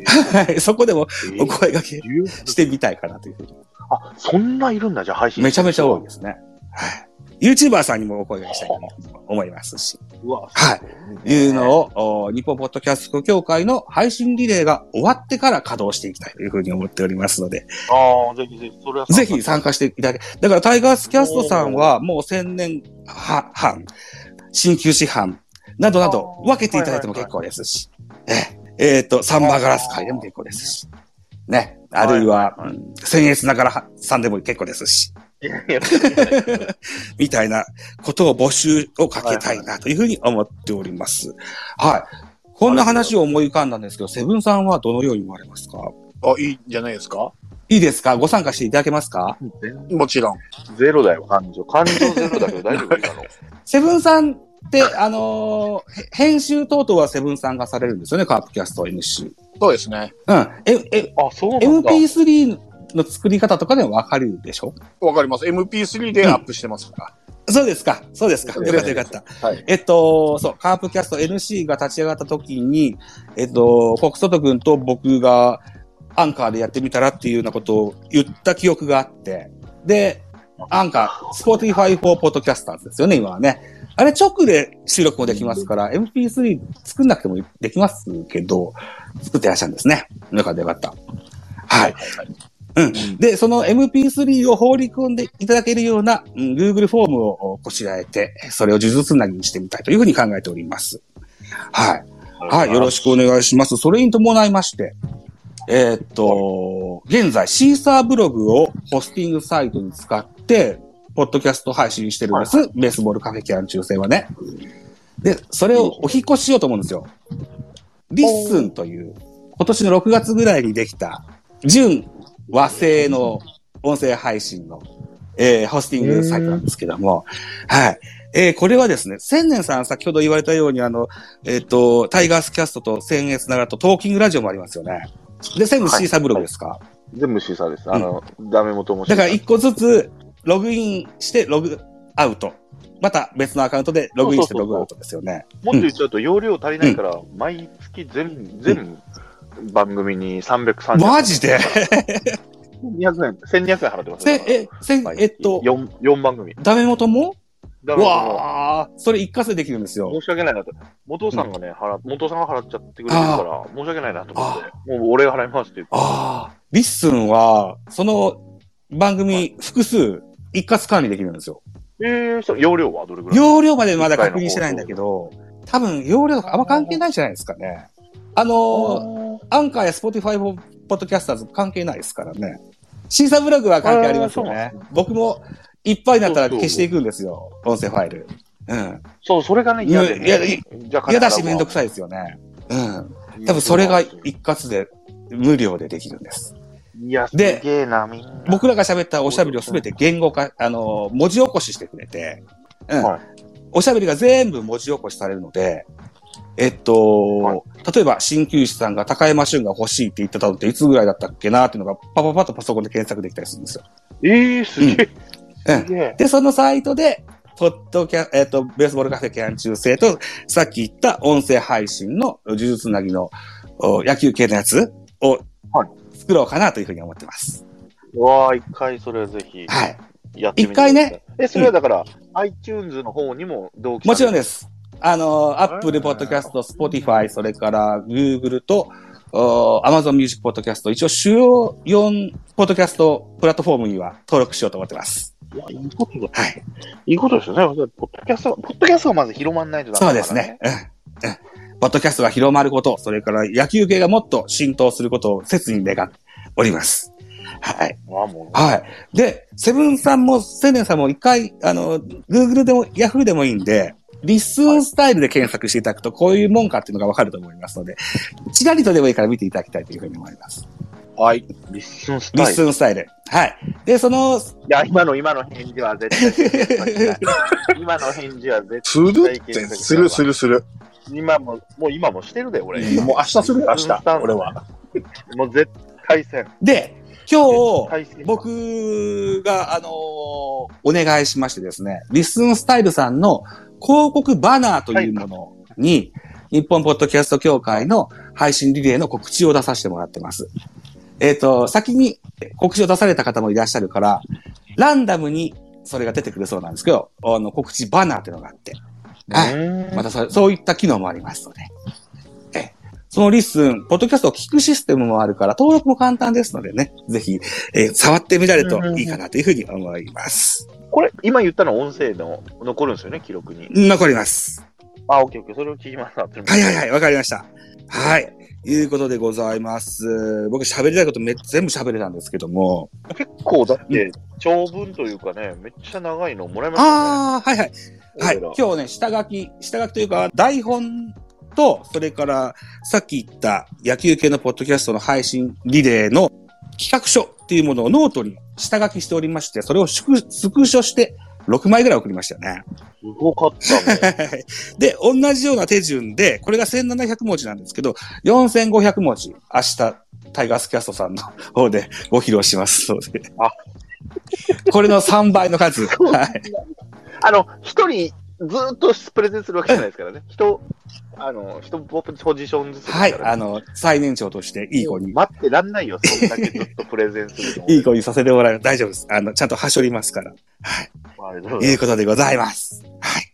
[SPEAKER 6] (laughs) はい、そこでも
[SPEAKER 7] えー
[SPEAKER 6] お声掛けしてみたいかなというふうに。
[SPEAKER 7] あ、そんないるんだ、じゃあ配信。
[SPEAKER 6] めちゃめちゃ多い。ですね。はい。YouTuber さんにもお声掛けしたいかなと思いますし、
[SPEAKER 7] うわ、。
[SPEAKER 6] はいいうのを、お日本ポッドキャスト協会の配信リレーが終わってから稼働していきたいというふうに思っておりますので、
[SPEAKER 7] ああ、ぜひぜひ、それは
[SPEAKER 6] ぜひ参加していただけ、だからタイガースキャストさんはもう1000年は半、新旧師範、などなど
[SPEAKER 7] おー
[SPEAKER 6] 分けていただいても結構ですし、えええーと、サンバガラス会でも結構ですし、ね、あるいは、うん僭越ながらさんでも結構ですし、
[SPEAKER 7] いやいやいや
[SPEAKER 6] みたいなことを募集をかけたいなというふうに思っております。はい。こんな話を思い浮かんだんですけど、セブンさんはどのように思われますか
[SPEAKER 4] あ、いいんじゃないですか
[SPEAKER 6] いいですかご参加していただけますか
[SPEAKER 4] もちろん。
[SPEAKER 7] ゼロだよ、感情。感情ゼロだけど大丈夫今の。
[SPEAKER 6] セブンさんって、あのーへ編集等々はセブンさんがされるんですよね、カープキャスト MC。
[SPEAKER 4] そうですね。
[SPEAKER 6] うん。え、え、
[SPEAKER 7] (laughs) あ、そうなんだ。
[SPEAKER 6] MP3 の作り方とかでもわかるでしょ
[SPEAKER 4] わかります。MP3 でアップしてますから。
[SPEAKER 6] そうですか。そうですか。
[SPEAKER 4] そう
[SPEAKER 6] よ
[SPEAKER 4] です
[SPEAKER 6] かったよかった。
[SPEAKER 4] はい。
[SPEAKER 6] えっと、そう、カープキャスト NC が立ち上がった時に、えっと、フォックソト君と僕がアンカーでやってみたらっていうようなことを言った記憶があって、で、アンカー、スポーティファイ4ポッドキャスターズですよね、今はね。あれ直で収録もできますから、MP3 作んなくてもできますけど、作ってらっしゃるんですね。よかったよかった。はい。うん。で、その MP3 を放り込んでいただけるような、うん Google フォームをこしらえて、それを呪術つなぎにしてみたいというふうに考えております。はい。はい、よろしくお願いします。それに伴いまして、えーっと、現在、シーサーブログをホスティングサイトに使って、ポッドキャスト配信してるんです。ベースボールカフェキャン中戦はね。で、それをお引っ越ししようと思うんですよ。リッスンという、今年の6月ぐらいにできた、純和製の音声配信の、えーホスティングサイトなんですけども、はい。えーこれはですね、千年さん先ほど言われたように、あの、えっ、と、タイガースキャストと千円つながるとトーキングラジオもありますよね。で、全部
[SPEAKER 7] はい
[SPEAKER 6] シーサーブログですか、
[SPEAKER 7] 全部シーサーです。あの、ダメ元もシ
[SPEAKER 6] だ
[SPEAKER 7] ーサ
[SPEAKER 6] から
[SPEAKER 7] ー
[SPEAKER 6] 一個ずつログインしてログアウト。また別のアカウントでログインしてログアウトですよね。
[SPEAKER 7] もっと言っちゃうと、容量足りないから、毎月全、全番組に330円。
[SPEAKER 6] マジで
[SPEAKER 7] ?200 円、1200円払ってます。
[SPEAKER 6] せ、え、せん、えっと、
[SPEAKER 7] 4、四番組。
[SPEAKER 6] ダメ元も
[SPEAKER 7] だからも
[SPEAKER 6] わあ、それ一括でできるんです
[SPEAKER 7] う、
[SPEAKER 6] よ。
[SPEAKER 7] 申し訳ないなと。元さんがね、払、元さんが払っちゃってくれてるから、申し訳ないなと思って、もう俺が払いますって言って。
[SPEAKER 6] ああ、リッスンは、その番組複数一括管理できるんですよ。
[SPEAKER 7] えー、そう容量はどれぐらい
[SPEAKER 6] 容量までまだ確認してないんだけど、多分容量あんま関係ないじゃないですかね。あのー、アンカーやスポティファイポッドキャスターズ関係ないですからね。シーサーブログは関係ありますよ
[SPEAKER 7] あー
[SPEAKER 6] ね
[SPEAKER 7] そう。
[SPEAKER 6] 僕もいっぱいになったら消していくんですよ。音声ファイル。うん。
[SPEAKER 7] そう、それがね、嫌で、ね。
[SPEAKER 6] いやいや
[SPEAKER 7] じゃあ
[SPEAKER 6] 嫌だしめんどく
[SPEAKER 7] さ
[SPEAKER 6] さいですよね。うん。多分それが一括で無料でできるんです。
[SPEAKER 7] いや、す
[SPEAKER 6] で
[SPEAKER 7] げえな、みんな。
[SPEAKER 6] 僕らが喋ったおしゃべりをすべて言語化、あの、文字起こししてくれて、うん。
[SPEAKER 7] はい
[SPEAKER 6] おしゃべりが全部文字起こしされるので、えっと、
[SPEAKER 7] はい
[SPEAKER 6] 例えば、鍼灸師さんが高山俊が欲しいって言ってたのっていつぐらいだったっけなっていうのが、パパパッとパソコンで検索できたりするんですよ。
[SPEAKER 7] えー、すげ
[SPEAKER 6] う
[SPEAKER 7] え。
[SPEAKER 6] ん
[SPEAKER 7] すげえ。
[SPEAKER 6] で、そのサイトで、ポッドキャ、えっ、と、ベースボールカフェキャン中制と、さっき言った音声配信の呪術つなぎのお野球系のやつを
[SPEAKER 7] はい
[SPEAKER 6] 作ろうかなというふうに思ってます。
[SPEAKER 7] うわあ、一回それはぜひ
[SPEAKER 6] はい。
[SPEAKER 7] やってみてください。
[SPEAKER 6] 一回ね。
[SPEAKER 7] え、それはだから、iTunes の方にも同期
[SPEAKER 6] もちろん
[SPEAKER 7] ね。
[SPEAKER 6] です。あの、Apple Podcast、Spotify、それから Google と、お Amazon Music Podcast、一応主要4ポッドキャストプラットフォームには登録しようと思ってます。
[SPEAKER 7] いやいいことだ。
[SPEAKER 6] はい。
[SPEAKER 7] いいことですよね。ポッドキャスト、ポッドキャストがまず広まんないとダメだか
[SPEAKER 6] そう
[SPEAKER 7] ら、
[SPEAKER 6] ですね。。うん。うんポッドキャストが広まること、それから野球系がもっと浸透することを切に願っております。はい。
[SPEAKER 7] あもう
[SPEAKER 6] はい。で、セブンさんも、セネンさんも一回、あの、Google でも Yahoo でもいいんで、リッスンスタイルで検索していただくと、こういうもんかっていうのがわかると思いますので、ちらりとでもいいから見ていただきたいというふうに思います。
[SPEAKER 4] はい。
[SPEAKER 7] リッスンス
[SPEAKER 6] リッ
[SPEAKER 7] タイ
[SPEAKER 6] ス
[SPEAKER 7] ル。い
[SPEAKER 6] ンスタイル。はい。で、その、
[SPEAKER 7] や、今の、今の返事は絶対検索しない。今の返事は絶対。
[SPEAKER 4] するって、するす
[SPEAKER 7] る。
[SPEAKER 4] るする。
[SPEAKER 7] 今も、もう今もしてるで、俺。
[SPEAKER 4] もう明日するよ明
[SPEAKER 7] リ
[SPEAKER 4] 日
[SPEAKER 7] ッスンスタイル
[SPEAKER 4] 俺は。
[SPEAKER 7] もう絶対せん。
[SPEAKER 6] で、今日、
[SPEAKER 7] 絶対せん、
[SPEAKER 6] 僕が、あのーお願いしましてですね、リッスンスタイルさんの広告バナーというものに、日本ポッドキャスト協会の配信リレーの告知を出させてもらってます。えっ、と、先に告知を出された方もいらっしゃるから、ランダムにそれが出てくるそうなんですけど、あの、告知バナーっていうのがあって、はいう
[SPEAKER 7] ーん
[SPEAKER 6] またそそういった機能もありますので。ええそのリッスン、ポッドキャストを聞くシステムもあるから、登録も簡単ですのでね、ぜひ、えー触ってみられるといいかなというふうに思います。
[SPEAKER 7] これ、今言ったの音声の残るんですよね、記録に。
[SPEAKER 6] 残ります。
[SPEAKER 7] あ、オッケーオッケー、それを聞きます。は
[SPEAKER 6] はいはいはい、わかりました。はい。いうことでございます。僕喋りたいことめ全部喋れたんですけども。
[SPEAKER 7] 結構だって、長文というかね、めっちゃ長いのもらいました
[SPEAKER 6] ああ、はいはい。はい。
[SPEAKER 7] 俺ら
[SPEAKER 6] 今日ね、下書き、下書きというか、台本と、それから、さっき言った野球系のポッドキャストの配信リレーの企画書っていうものをノートに下書きしておりまして、それをスクスクショして6枚ぐらい送りましたよね。 (laughs)
[SPEAKER 7] ね。すごかったね。
[SPEAKER 6] で、同じような手順で、これが1700文字なんですけど、4500文字、明日、タイガースキャストさんの方でご披露しますので。
[SPEAKER 7] あ
[SPEAKER 6] これの3倍の数。はい。
[SPEAKER 7] あの、一人、ずーっとプレゼンするわけじゃないですからね。人、あの、一ポジションずつですか
[SPEAKER 6] は
[SPEAKER 7] ら
[SPEAKER 6] い、あの、最年長としていい子に、。
[SPEAKER 7] 待ってらんないよ、そんだけずっとプレゼンするの
[SPEAKER 6] いい子にさせてもらえる。大丈夫です。あの、ちゃんとはしょりますから。
[SPEAKER 7] まああれだけど
[SPEAKER 6] いうことでございます。はい。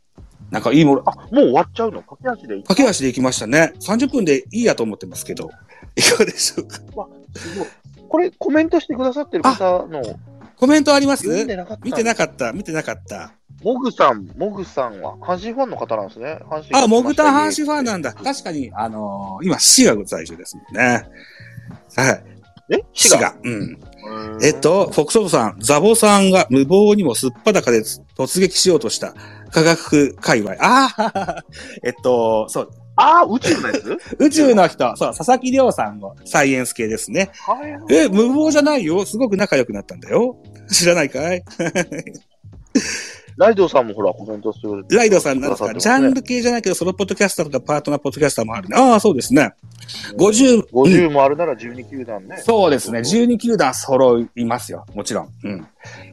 [SPEAKER 6] なんかいいもの、
[SPEAKER 7] あ、もう終わっちゃうの駆け足で行
[SPEAKER 6] 駆け足で行きましたね。30分でいいやと思ってますけど。いかがでしょうか
[SPEAKER 7] これ、コメントしてくださってる方の
[SPEAKER 6] コメントあります
[SPEAKER 7] 読んでなかった。
[SPEAKER 6] 見てな
[SPEAKER 7] く
[SPEAKER 6] かった、見てなかった。
[SPEAKER 7] モグさん、モグさんは、阪神ファンの方なんですね。阪神
[SPEAKER 6] あ、モグタン阪神ファンなんだ。確かに、あのー今、滋賀が最初ですもんね。はい。
[SPEAKER 7] え
[SPEAKER 6] 滋
[SPEAKER 7] 滋賀。
[SPEAKER 6] 賀。うん。
[SPEAKER 7] うーん
[SPEAKER 6] えっ、と、フォックソートさん、ザボさんが無謀にもすっぱだかで突撃しようとした科学界隈。ああ (laughs) えっと、そう、
[SPEAKER 7] あー、宇宙のや
[SPEAKER 6] (laughs)
[SPEAKER 7] つ
[SPEAKER 6] 宇宙の人、そう、佐々木亮さんのサイエンス系ですね。
[SPEAKER 7] はいはい
[SPEAKER 6] え、無謀じゃないよ。すごく仲良くなったんだよ。知らないかい
[SPEAKER 7] ライドさんもほら、コメントする。
[SPEAKER 6] ライドさんなんです
[SPEAKER 7] く
[SPEAKER 6] か、
[SPEAKER 7] だ
[SPEAKER 6] ジ
[SPEAKER 7] さっ
[SPEAKER 6] ャ
[SPEAKER 7] てます
[SPEAKER 6] ン
[SPEAKER 7] ね
[SPEAKER 6] ル系じゃないけど、ソロポッドキャスターとかパートナーポッドキャスターもあるね。ああ、そうですね。50、
[SPEAKER 7] 50もあるなら12球団ね。
[SPEAKER 6] そうですね。
[SPEAKER 7] そう
[SPEAKER 6] 12球団揃いますよ。もちろん。うん。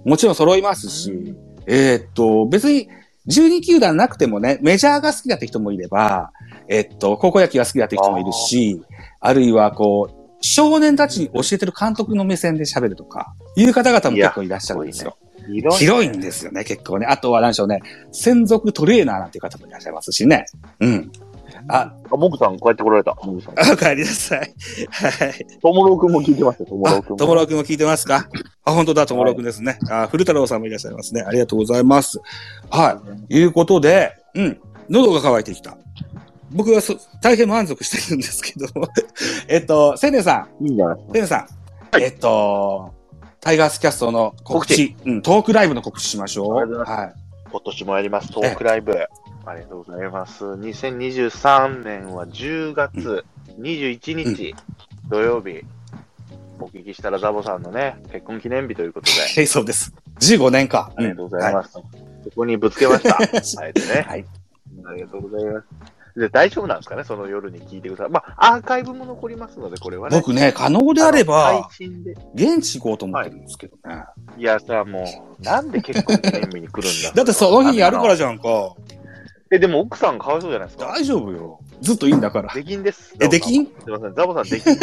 [SPEAKER 6] もちろん揃いますし、えーっと、別に12球団なくてもね、メジャーが好きだって人もいれば、えーっと、高校野球が好きだって人もいるし、あるいはこう、少年たちに教えてる監督の目線で喋るとか、いう方々も結構いらっしゃるんですよ。
[SPEAKER 7] いろいろ
[SPEAKER 6] 広いんですよね、結構ね。あとは何でしょうね、専属トレーナーなんていう方もいらっしゃいますしね。うん。あ、
[SPEAKER 7] あ、モグさん、こうやって来られた。モグさん。
[SPEAKER 6] お帰りなさい。はい。
[SPEAKER 7] トモロウくんも聞いてますよ、トモロ
[SPEAKER 6] あ、
[SPEAKER 7] ウくん
[SPEAKER 6] ともろうくんも聞いてますかあ、本当だ、ともろうくんですね。あ、古太郎さんもいらっしゃいますね。ありがとうございます。はい。いうことで、うん。喉が渇いてきた。僕はそ大変満足してるんですけど (laughs) も。えっと、せねさ
[SPEAKER 7] いいんじゃない
[SPEAKER 6] ん、せねさん。えっと、タイガースキャストの告知、うん、トークライブの告知しましょ
[SPEAKER 7] あ
[SPEAKER 6] う。
[SPEAKER 7] りがとうござい
[SPEAKER 6] はい。
[SPEAKER 7] 今年もやります、トークライブ。ありがとうございます。2023年は10月21日、土曜日、お聞きしたらザボさんのね、結婚記念日ということで、
[SPEAKER 6] はい、そうです。15年か。
[SPEAKER 7] ありがとうございます。ここにぶつけました。
[SPEAKER 6] (laughs)
[SPEAKER 7] あえて
[SPEAKER 6] うん
[SPEAKER 7] ね。
[SPEAKER 6] はい。
[SPEAKER 7] ありがとうございます。で、大丈夫なんですかねその夜に聞いてください。まあ、アーカイブも残りますので、これはね。
[SPEAKER 6] 僕ね、可能であれ
[SPEAKER 7] の
[SPEAKER 6] ば、
[SPEAKER 7] 配信で。
[SPEAKER 6] 現地行こうと思ってるんですけどね。
[SPEAKER 7] いやさ、もう、なんで結婚記念日に来るんだ
[SPEAKER 6] だってその日にやるからじゃんか。
[SPEAKER 7] え、でも奥さんかわいそうじゃないですか。
[SPEAKER 6] 大丈夫よ。ずっといいんだから。
[SPEAKER 7] できんです。
[SPEAKER 6] えできん
[SPEAKER 7] すいません、ザボさんできん。い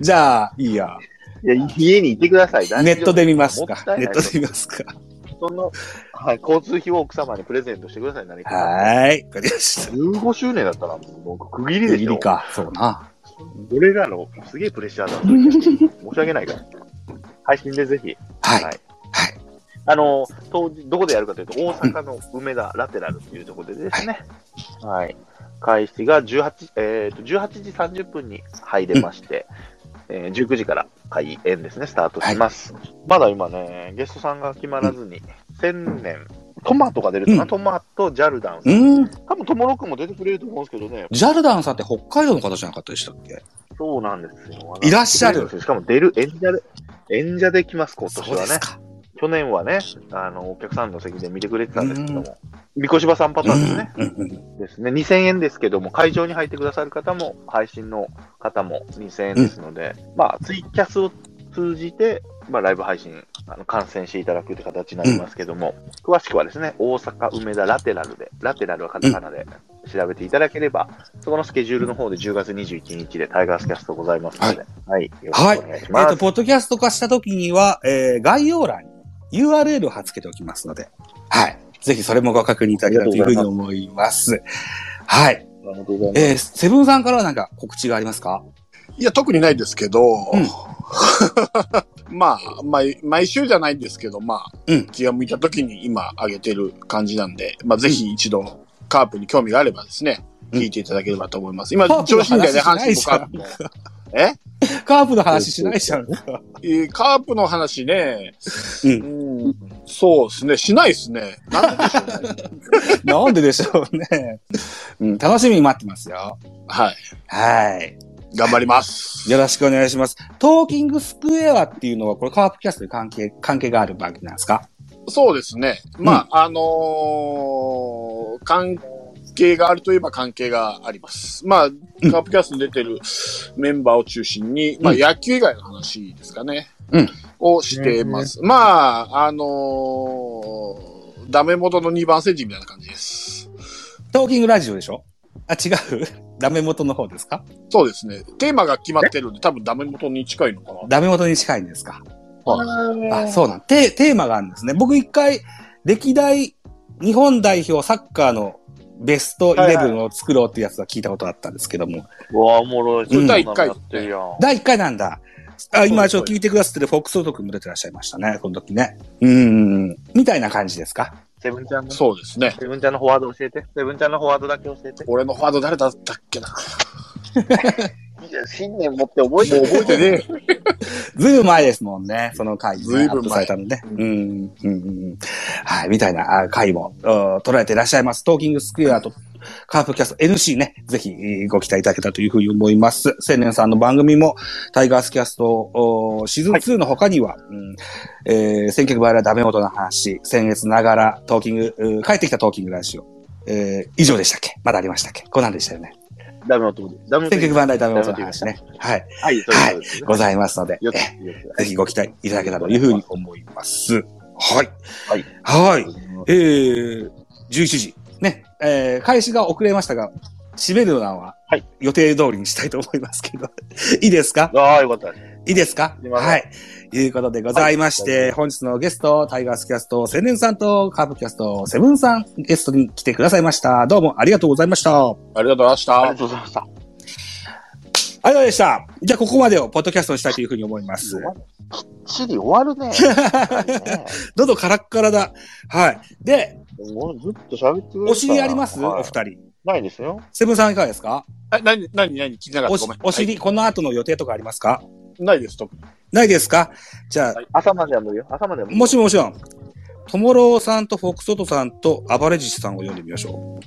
[SPEAKER 6] じゃあ、いいや。
[SPEAKER 7] や、家にいてください。
[SPEAKER 6] (laughs) ネットで見ます
[SPEAKER 7] もっ
[SPEAKER 6] か
[SPEAKER 7] た。い
[SPEAKER 6] ネ
[SPEAKER 7] ない
[SPEAKER 6] ットで見ますか。
[SPEAKER 7] その、はい、交通費を奥様にプレゼントしてください、何か。
[SPEAKER 6] はーい。わかりました。
[SPEAKER 7] 15周年だったら、もう区切りで
[SPEAKER 6] い
[SPEAKER 7] しょ。
[SPEAKER 6] りか。そうな。
[SPEAKER 7] 俺らのすげえプレッシャーだった。申し訳ないから。配信でぜひ。
[SPEAKER 6] はい。
[SPEAKER 7] は
[SPEAKER 6] はいい。
[SPEAKER 7] あの、当時、どこでやるかというと、大阪の梅田ラテラルっていうところでですね、はい。開始が18、えーと、18時30分に入れまして、えー19時から開演ですね、スタートします。まだ今ね、ゲストさんが決まらずに、千年、トマトが出るかな、
[SPEAKER 6] うん
[SPEAKER 7] トマト、ジャルダン
[SPEAKER 6] う
[SPEAKER 7] さん。
[SPEAKER 6] ーん。
[SPEAKER 7] 多分、トモロくんも出てくれると思うんですけどね、
[SPEAKER 6] ジャルダンさんって北海道の方じゃなかったでしたっけ
[SPEAKER 7] そうなんですよ。
[SPEAKER 6] いらっしゃる
[SPEAKER 7] しかも出る演者で、演者で来ます、今年
[SPEAKER 6] そう
[SPEAKER 7] は
[SPEAKER 6] で
[SPEAKER 7] ね
[SPEAKER 6] す。か。
[SPEAKER 7] 去年はね、あの、お客さんの席で見てくれてたんですけども、三越場さんパターンですね。
[SPEAKER 6] うんうん
[SPEAKER 7] ですね。2000円ですけども、会場に入ってくださる方も、配信の方も2000円ですので、まあ、ツイキャスを通じて、まあ、ライブ配信、あの、観戦していただくって形になりますけども、詳しくはですね、大阪梅田ラテラルで、ラテラルはカタカナで調べていただければ、そこのスケジュールの方で10月21日でタイガースキャストございますので、はい。よろしくお願いし
[SPEAKER 6] えっ
[SPEAKER 7] ます。
[SPEAKER 6] と、ポッドキャスト化した時には、えー概要欄に URL を貼っ付けておきますので、はい。ぜひそれもご確認いただければというふうに思います。はい。
[SPEAKER 7] ありがとうございます
[SPEAKER 6] えー、セブンさんからはなんか告知がありますか
[SPEAKER 4] いや、特にないですけど、
[SPEAKER 6] うん
[SPEAKER 4] (laughs) まあ、毎、毎週じゃないんですけど、まあ、
[SPEAKER 6] うん
[SPEAKER 4] 気が向いた時に今上げてる感じなんで、まあ、ぜひ一度、カープに興味があればですね、
[SPEAKER 6] うん
[SPEAKER 4] 聞いていただければと思います。今
[SPEAKER 6] カー、プ
[SPEAKER 4] 上
[SPEAKER 6] の
[SPEAKER 4] 新会で阪神
[SPEAKER 6] 話
[SPEAKER 4] も
[SPEAKER 6] し
[SPEAKER 4] カ
[SPEAKER 6] ない
[SPEAKER 4] ープも。 (laughs) え
[SPEAKER 6] カープの話しないじゃんか。
[SPEAKER 4] えーカープの話ね、
[SPEAKER 6] う。
[SPEAKER 4] うんん、そうですね、しないですね。なんで (laughs) でしょうね。
[SPEAKER 6] なんででしょうね。うん、楽しみに待ってますよ。
[SPEAKER 4] はい。
[SPEAKER 6] はい。
[SPEAKER 4] 頑張ります。
[SPEAKER 6] よろしくお願いします。トーキングスクエアっていうのは、これカープキャストに関係、関係がある番組なんですか
[SPEAKER 4] そうですね。まあ、あのー関係があるといえば関係があります。まあ、カープキャストに出てるメンバーを中心に、まあ、
[SPEAKER 6] うん
[SPEAKER 4] 野球以外の話ですかね。
[SPEAKER 6] うん
[SPEAKER 4] をしてます。まあ、あのーダメ元の2番センチみたいな感じです。
[SPEAKER 6] トーキングラジオでしょあ、違う (laughs) ダメ元の方ですか
[SPEAKER 4] そうですね。テーマが決まってるんで、多分ダメ元に近いのかな。
[SPEAKER 6] ダメ元に近いんですかあ、
[SPEAKER 7] あ
[SPEAKER 6] そうなん。テテーマがあるんですね。僕一回、歴代日本代表サッカーのベストイレブンを作ろうってやつは聞いたことあったんですけども。
[SPEAKER 7] うわ、おもろい。
[SPEAKER 6] それ
[SPEAKER 4] 第一回
[SPEAKER 7] やってるやん。
[SPEAKER 6] 第1回なんだ。あ今、ちょっと聞いてくださってるフォックスオート君も出てらっしゃいましたね、この時ね。うん。みたいな感じですか
[SPEAKER 7] セブンちゃんの、セ
[SPEAKER 4] そうですね。
[SPEAKER 7] ブンちゃんのフォワード教えて。セブンちゃんのフォワードだけ教えて。
[SPEAKER 4] 俺のフォワード誰だったっけな。も
[SPEAKER 7] いや、信念持って覚えて
[SPEAKER 4] う (laughs) 覚えてねえ。
[SPEAKER 6] ずいぶん前ですもんね、その回、ね。
[SPEAKER 4] ずい
[SPEAKER 6] ア
[SPEAKER 4] ぶん前
[SPEAKER 6] ップされたのね。うん。うんうん。はい、みたいなあ回も、うん捉えてらっしゃいます。トーキングスクエアと、カープキャスト NC ね、ぜひえーご期待いただけたらというふうに思います。青年さんの番組も、タイガースキャストおシーズン2の他には、うんえー、選曲バイラダメ元の話、先月ながらトーキング、うー帰ってきたトーキングラジオ、えー以上でしたっけまだありましたっけこんなんでしたよね。
[SPEAKER 7] ダメ男で。ダメ
[SPEAKER 6] 選曲バイラダメ元の
[SPEAKER 7] ダメ
[SPEAKER 6] 話ね。はい、
[SPEAKER 7] はい、そういうことですね。
[SPEAKER 6] ございますので。
[SPEAKER 7] よ
[SPEAKER 6] え
[SPEAKER 7] っ
[SPEAKER 6] ー
[SPEAKER 7] よっ
[SPEAKER 6] ぜひご期待いただけたらというふうに思います。はい。
[SPEAKER 7] はい。
[SPEAKER 6] はい。えー、11時。ね、えー、開始が遅れましたが、締めるのは
[SPEAKER 7] はい
[SPEAKER 6] 予定通りにしたいと思いますけど、 (laughs) いいですか
[SPEAKER 7] ああ、よかったです。
[SPEAKER 6] いいですか
[SPEAKER 7] すいません
[SPEAKER 6] はい。いうことでございまして、本日のゲスト、タイガースキャスト、千年さんと、カープキャスト、セブンさん、ゲストに来てくださいました。どうもありがとうございました。
[SPEAKER 4] ありがとうございまし
[SPEAKER 7] ありが。
[SPEAKER 4] た
[SPEAKER 7] とうございました。
[SPEAKER 6] ありがとうございました。じゃあ、ここまでをポッドキャストにしたいというふうに思います。
[SPEAKER 7] チリ終わ
[SPEAKER 6] (laughs)
[SPEAKER 7] るね。やっぱりね
[SPEAKER 6] どどカラッカラだ。はい。で、
[SPEAKER 7] もうずっと喋ってくれるから
[SPEAKER 6] お尻あります、
[SPEAKER 7] はい
[SPEAKER 6] お二人。
[SPEAKER 7] ないですよ。
[SPEAKER 6] セブンさんいかがですか
[SPEAKER 4] え、なに、なに、なに、聞いてなかっ
[SPEAKER 6] お
[SPEAKER 4] た。
[SPEAKER 6] し
[SPEAKER 4] ごめん。
[SPEAKER 6] お尻、この後の予定とかありますか
[SPEAKER 4] はいないです、特に。
[SPEAKER 6] ないですかじゃあ、
[SPEAKER 7] 朝までは無理よ。朝までは無理
[SPEAKER 6] もしももちろん、トモローさんとフォックソトさんとアバレジスさんを読んでみましょう。